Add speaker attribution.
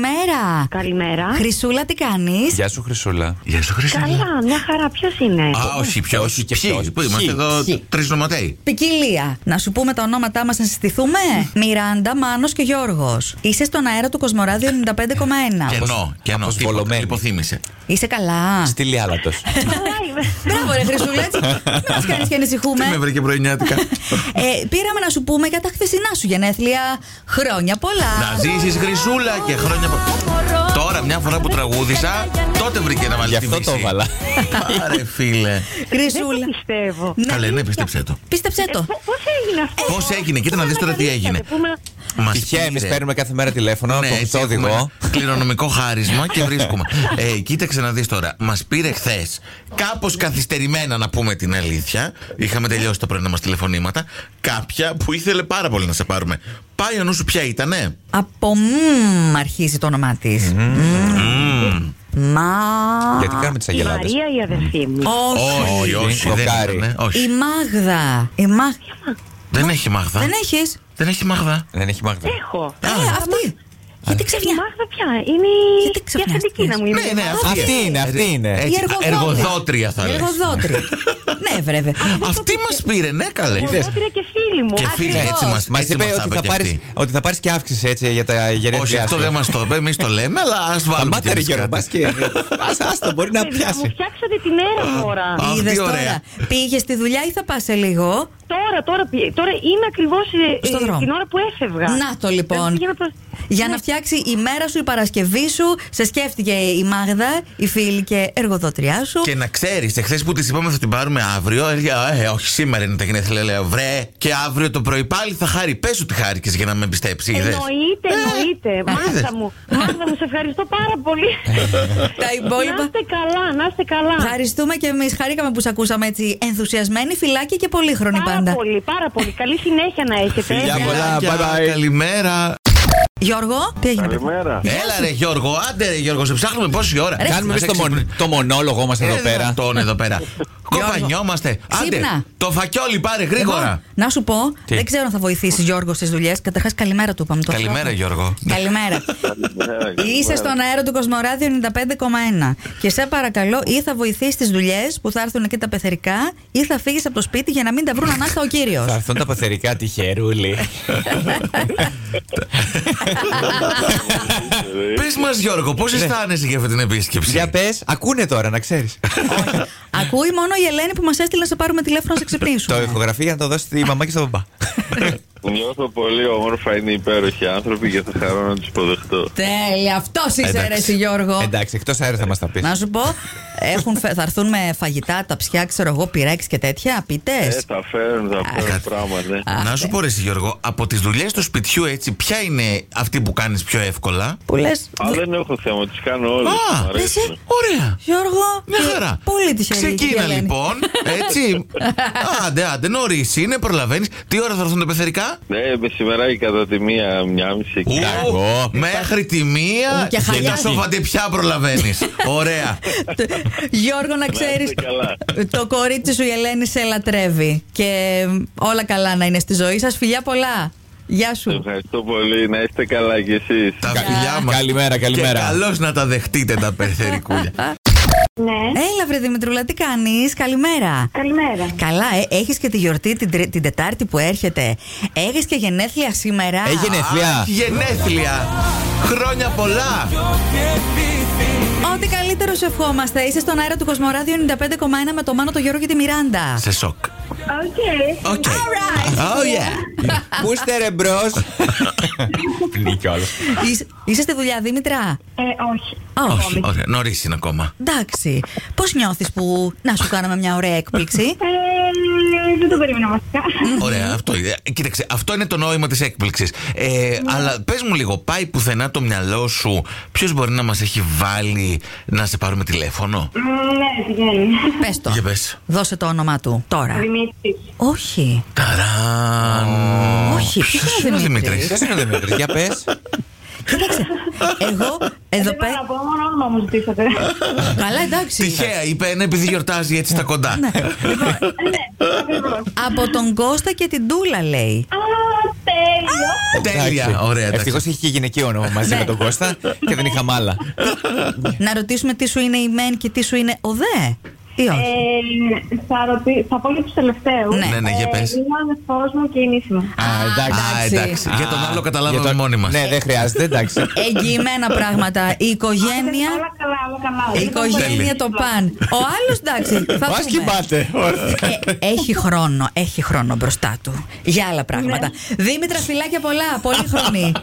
Speaker 1: Καλημέρα.
Speaker 2: Καλημέρα.
Speaker 1: Χρυσούλα, τι κάνεις.
Speaker 3: Γεια σου, Χρυσούλα.
Speaker 4: Γεια σου, Χρυσούλα.
Speaker 2: Καλά, μια χαρά. Ποιος είναι.
Speaker 4: Α, όχι, ποιο, όχι και
Speaker 3: Ποιοι,
Speaker 4: ποιο. Πού είμαστε
Speaker 3: ποιοι,
Speaker 4: εδώ,
Speaker 3: ποιοι.
Speaker 4: τρεις νομοτέοι.
Speaker 1: Ποικιλία. Να σου πούμε τα ονόματά μας να συστηθούμε. Μιράντα, Μάνος και Γιώργος. Είσαι στον αέρα του Κοσμοράδιο 95,1.
Speaker 4: Κενό, κενό.
Speaker 3: αποσβολωμένοι.
Speaker 4: Υποθύμησε.
Speaker 1: Είσαι καλά.
Speaker 3: Στη Λιάλατος.
Speaker 2: Καλά είμαι.
Speaker 1: Μπράβο, ρε Χρυσούλα, έτσι. Μην κάνεις και ανησυχούμε.
Speaker 4: Τι με βρήκε πρωινιάτικα.
Speaker 1: Ε, πήραμε να σου πούμε για τα χθεσινά σου γενέθλια. Χρόνια πολλά.
Speaker 4: Να ζήσεις Χρυσούλα και χρόνια. πο- Τώρα, μια φορά που τραγούδισα, τότε βρήκε να βάλει
Speaker 3: Γι'
Speaker 4: τη
Speaker 3: αυτό το
Speaker 4: δύση.
Speaker 3: έβαλα.
Speaker 4: Άρε, φίλε.
Speaker 2: Δεν
Speaker 1: Χρυσούλα.
Speaker 2: το πιστεύω.
Speaker 1: Ναι.
Speaker 4: Καλέ, ναι, πίστεψέ το.
Speaker 1: Πίστεψέ
Speaker 2: Ε,
Speaker 1: το.
Speaker 2: πο- Πώς έγινε αυτό.
Speaker 4: Πώς έγινε, κοίτα να δεις τώρα τι έγινε.
Speaker 2: Πούμε,
Speaker 4: Μας
Speaker 3: Τυχαία, εμεί
Speaker 4: πήρε.
Speaker 3: παίρνουμε κάθε μέρα τηλέφωνο από
Speaker 4: Ναι,
Speaker 3: το
Speaker 4: έτσι έχουμε
Speaker 3: οδηγό.
Speaker 4: ένα κληρονομικό χάρισμα και βρίσκουμε. ε, κοίταξε να δεις τώρα. Μας πήρε χθες, κάπως καθυστερημένα να πούμε την αλήθεια. Είχαμε τελειώσει τα πρωινά μας τηλεφωνήματα. Κάποια που ήθελε πάρα πολύ να σε πάρουμε. Πάει ο νους σου ποια ήτανε.
Speaker 1: Από μμ αρχίζει το όνομά της.
Speaker 4: Μμμ.
Speaker 1: Μα.
Speaker 3: Γιατί κάνουμε τις
Speaker 2: η
Speaker 3: αγελάδες.
Speaker 2: Μαρία η αδερφή μου.
Speaker 1: Όχι.
Speaker 4: Όχι, όχι, δεν
Speaker 3: Δοκάρι.
Speaker 4: ήτανε.
Speaker 1: Η
Speaker 4: Όχι.
Speaker 1: Μάγδα. Η Μα...
Speaker 4: Δεν έχει μάγδα.
Speaker 1: Δεν έχεις.
Speaker 4: Δεν έχει μάγδα.
Speaker 3: Δεν έχει μάγδα.
Speaker 2: Έχω.
Speaker 1: Ε, αυτή. Γιατί
Speaker 2: Η
Speaker 1: ξαφνιά.
Speaker 2: Μάγδα πια είναι
Speaker 1: Γιατί
Speaker 2: η
Speaker 1: ξαφνιάστηκες?
Speaker 2: αφεντική να μου είναι.
Speaker 4: Ναι, ναι, αυτή,
Speaker 3: Αυτή είναι, αυτή είναι.
Speaker 4: Έτσι,
Speaker 1: εργοδότρια.
Speaker 4: εργοδότρια θα
Speaker 1: Η
Speaker 4: λες.
Speaker 1: Εργοδότρια. ναι, βέβαια.
Speaker 4: Αυτή μα πήρε, ναι, καλέ.
Speaker 2: Μαγδα και φίλη μου.
Speaker 4: Και
Speaker 2: Α,
Speaker 4: φίλε,
Speaker 1: Ακριβώς.
Speaker 4: έτσι μας
Speaker 3: Μας είπε ότι θα, πάρεις, ότι θα πάρεις και αύξηση έτσι για τα γενέθλιά
Speaker 4: Όχι, αυτό
Speaker 3: σου.
Speaker 4: δεν μας το είπε. Εμείς το λέμε, αλλά ας βάλουμε.
Speaker 3: Σταμάτα
Speaker 4: κι
Speaker 3: ρε
Speaker 4: εμείς
Speaker 3: Γιώργο,
Speaker 4: κάτι.
Speaker 3: μπας και... Ας, ας το μπορεί να
Speaker 2: παιδιά, Μου
Speaker 3: πιάσει.
Speaker 2: φτιάξατε την έρα τώρα.
Speaker 4: Α, τι
Speaker 1: Είδε τώρα.
Speaker 4: ωραία.
Speaker 1: Πήγες στη δουλειά ή θα πας σε λίγο.
Speaker 2: Τώρα, τώρα, πι- τώρα είναι ακριβώς
Speaker 1: Στο δρόμο.
Speaker 2: ε, την ώρα που έφευγα.
Speaker 1: Να το λοιπόν.
Speaker 2: Πήγαινα προς-
Speaker 1: Για
Speaker 2: Ναι.
Speaker 1: να φτιάξει η μέρα σου, η Παρασκευή σου, σε σκέφτηκε η Μάγδα, η φίλη και εργοδότριά σου.
Speaker 4: Και να ξέρεις, εχθές που της είπαμε θα την πάρουμε αύριο, έλεγε «Ε, Όχι, σήμερα είναι τα γενέθλια. Λέω βρε, και αύριο το πρωί πάλι θα χάρει. Πες ότι χάρηκες για να με εμπιστέψει. είδες. Ε,
Speaker 2: Εννοείται, εννοείται. Μάγδα μου, Μάγδα μου, σε ευχαριστώ πάρα πολύ.
Speaker 4: Ε,
Speaker 1: Τα
Speaker 2: Να
Speaker 1: υπόλοιπα.
Speaker 2: είστε καλά, να είστε καλά.
Speaker 1: Ευχαριστούμε και εμείς. Χαρήκαμε που σε ακούσαμε έτσι ενθουσιασμένοι, φυλάκια και πολύχρονοι
Speaker 2: Πάρα
Speaker 1: πάντα.
Speaker 2: πολύ, πάρα πολύ. Καλή συνέχεια να έχετε.
Speaker 3: Φιλιά
Speaker 2: Έλα.
Speaker 3: πολλά.
Speaker 4: Φιλάκια,
Speaker 3: bye bye.
Speaker 4: Καλημέρα.
Speaker 1: Γιώργο, τι έγινε. παιδί?
Speaker 5: Καλημέρα.
Speaker 4: Έλα ρε Γιώργο, άντε ρε Γιώργο, σε ψάχνουμε πόση ώρα.
Speaker 3: Κάνουμε εμείς
Speaker 4: Μας
Speaker 3: το,
Speaker 4: έξυπνη-
Speaker 3: μον- το μονόλογο μας
Speaker 4: Ε,
Speaker 3: εδώ
Speaker 4: δεν
Speaker 3: πέρα.
Speaker 4: Τον εδώ πέρα. Κοπανιόμαστε. Άντε,
Speaker 1: Ξύπνα.
Speaker 4: το φακιόλι πάρε γρήγορα.
Speaker 1: Εγώ, να σου πω, δεν ξέρω αν θα βοηθήσεις Γιώργο στις δουλειές. Καταρχάς, καλημέρα του είπαμε τώρα.
Speaker 4: Καλημέρα Γιώργο.
Speaker 1: Καλημέρα.
Speaker 5: Καλημέρα,
Speaker 1: Είσαι
Speaker 5: καλημέρα.
Speaker 1: στον αέρα του Κοσμοράδιο 95,1. Και σε παρακαλώ, ή θα βοηθήσεις τι δουλειές που θα έρθουν εκεί τα πεθερικά, ή θα φύγεις από το σπίτι για να μην τα βρουν ανάχτα ο
Speaker 3: Θα
Speaker 1: κύριο.
Speaker 3: έρθουν τα παθερικά τυχερούλη.
Speaker 4: Πες μας Γιώργο, πώς αισθάνεσαι για αυτή την επίσκεψη.
Speaker 3: Ε. Για πες, ακούνε τώρα να ξέρεις.
Speaker 1: Ακούει μόνο η Ελένη που μας έστειλε να σε πάρουμε τηλέφωνο να σε
Speaker 4: Ναι.
Speaker 3: το
Speaker 1: ξυπνήσουμε.
Speaker 3: ηχογραφεί για να το δώσεις στη μαμά και στον παπά.
Speaker 5: Νιώθω πολύ όμορφα, είναι υπέροχοι άνθρωποι και θα χαρώ να τους υποδεχτώ.
Speaker 1: Τέλεια, αυτός είσαι,
Speaker 3: Εντάξει.
Speaker 1: ρε, εσύ, Γιώργο.
Speaker 3: Εντάξει, εκτός αέρα θα μας τα πεις.
Speaker 1: Να σου πω, έχουν, φε- θα έρθουν με φαγητά, ταψιά, ξέρω εγώ, πυρέξ και τέτοια,
Speaker 5: Ε,
Speaker 1: πίτε.
Speaker 5: θα φέρουν, θα φέρουν πράγματα. ναι.
Speaker 4: Να σου πω ρε εσύ, Γιώργο, από τις δουλειές του σπιτιού έτσι, ποια είναι αυτή που κάνεις πιο εύκολα.
Speaker 1: Που λες,
Speaker 5: Α, δεν έχω θέμα, τις κάνω όλες.
Speaker 4: Α,
Speaker 5: Μ' αρέσουν.
Speaker 1: εσύ.
Speaker 4: Ωραία.
Speaker 1: Γιώργο.
Speaker 4: Μια
Speaker 1: και
Speaker 4: χαρά.
Speaker 1: Ε, Πολύ τυχερή. η
Speaker 4: Ξεκίνα
Speaker 1: Ελένη.
Speaker 4: λοιπόν, έτσι. άντε, άντε, νωρίς είναι, προλαβαίνεις. Τι ώρα θα έρθουν τα πεθερικά.
Speaker 5: Ναι, μεσημεράκι κατά τη μία, μια μισή εκεί.
Speaker 4: Ου, Μέχρι τη μία
Speaker 1: Ου, και χαλιάκι.
Speaker 4: τόσο πια προλαβαίνεις. Ωραία.
Speaker 1: Γιώργο, να
Speaker 5: Να
Speaker 1: ξέρει.
Speaker 5: είστε καλά.
Speaker 1: Το κορίτσι σου η Ελένη σε λατρεύει. Και όλα καλά να είναι στη ζωή σας. Φιλιά πολλά. Γεια σου.
Speaker 5: Ευχαριστώ πολύ, να είστε καλά κι εσείς.
Speaker 4: τα φιλιά μας.
Speaker 3: Καλημέρα, καλημέρα.
Speaker 4: Καλώς να τα δεχτείτε τα πεθερικούλια.
Speaker 6: Ναι.
Speaker 1: Έλα, βρε Δημητρούλα, τι κάνεις. Καλημέρα.
Speaker 6: Καλημέρα.
Speaker 1: Καλά, ε, έχεις και τη γιορτή την, τρι- την Τετάρτη που έρχεται. Έχεις και γενέθλια σήμερα.
Speaker 3: Ε, γενέθλια.
Speaker 4: Αχ, Γενέθλια. Χρόνια πολλά.
Speaker 1: Ό,τι καλύτερο σου ευχόμαστε. Είσαι στον αέρα του Κοσμοράδιο 95,1 με το Μάνο, το Γιώργο και τη Μιράντα.
Speaker 4: Σε σοκ.
Speaker 6: Οκ.
Speaker 4: Οκ. Oh yeah.
Speaker 3: Πούστε ρε μπρος.
Speaker 1: Είσαι- Είσαι στη δουλειά, Δήμητρα.
Speaker 6: Ε, όχι.
Speaker 1: Oh,
Speaker 4: Όχι, όχι, νωρίς είναι ακόμα.
Speaker 1: Εντάξει. Πώς νιώθεις που να σου κάναμε μια ωραία έκπληξη.
Speaker 6: Ε, δεν το περίμενα βασικά.
Speaker 4: Ωραία, αυτό είναι. Ε, Κοίταξε, αυτό είναι το νόημα της έκπληξης. Ε,
Speaker 1: Ναι.
Speaker 4: αλλά πες μου λίγο, πάει πουθενά το μυαλό σου, ποιος μπορεί να μας έχει βάλει να σε πάρουμε τηλέφωνο.
Speaker 6: Μ, Ναι, πηγαίνει.
Speaker 1: Πες το.
Speaker 4: Για πες.
Speaker 1: Δώσε το όνομά του τώρα.
Speaker 6: Δημήτρης.
Speaker 1: Όχι.
Speaker 4: Ταράν.
Speaker 1: Όχι, ποιος
Speaker 4: Ποιος
Speaker 1: είναι ο Δημήτρης?
Speaker 4: Δημήτρης?
Speaker 3: Ποιος είναι ο Δημήτρης, για πες.
Speaker 1: Κοίταξε. Εγώ εδώ
Speaker 6: Δεν μπορώ
Speaker 1: πέρα.
Speaker 6: να πω, μόνο όνομα μου ζητήσατε.
Speaker 1: Καλά, εντάξει.
Speaker 4: Τυχαία, είπε ένα επειδή γιορτάζει έτσι τα κοντά.
Speaker 1: Λοιπόν,
Speaker 6: Ε, Ναι, ακριβώς.
Speaker 1: από τον Κώστα και την Τούλα λέει.
Speaker 6: Α, τέλεια. Τέλειο.
Speaker 4: Τέλεια. Ωραία. εντάξει.
Speaker 3: Ευτυχώς είχε και γυναικείο όνομα μαζί
Speaker 1: Ναι.
Speaker 3: με τον Κώστα και δεν είχαμε άλλα.
Speaker 6: Ναι.
Speaker 1: Να ρωτήσουμε τι σου είναι η μεν και τι σου είναι ο δε. Ή όχι.
Speaker 6: Ε, θα, ρωτη... θα πω για τους τελευταίους.
Speaker 1: Ναι.
Speaker 4: Ναι, ναι, για πες.
Speaker 6: είναι ο αδερφός μου και η νύση μου.
Speaker 3: Α, εντάξει.
Speaker 4: Α, εντάξει. Για τον
Speaker 3: Α,
Speaker 4: άλλο
Speaker 3: για
Speaker 4: καταλάβαμε
Speaker 3: τον-
Speaker 4: μόνοι μας.
Speaker 3: Ναι, δεν χρειάζεται, εντάξει.
Speaker 1: Εγγυημένα πράγματα. Η οικογένεια.
Speaker 6: Ε, Όλα καλά, όλα καλά.
Speaker 1: Η οικογένεια
Speaker 4: Τέλεια.
Speaker 1: το παν. Ο άλλος εντάξει. Θα
Speaker 3: Μας
Speaker 1: δούμε.
Speaker 3: κοιμάται.
Speaker 1: Ε, έχει χρόνο, έχει χρόνο μπροστά του για άλλα πράγματα. Δήμητρα, φιλάκια πολλά, πολύ χρονή.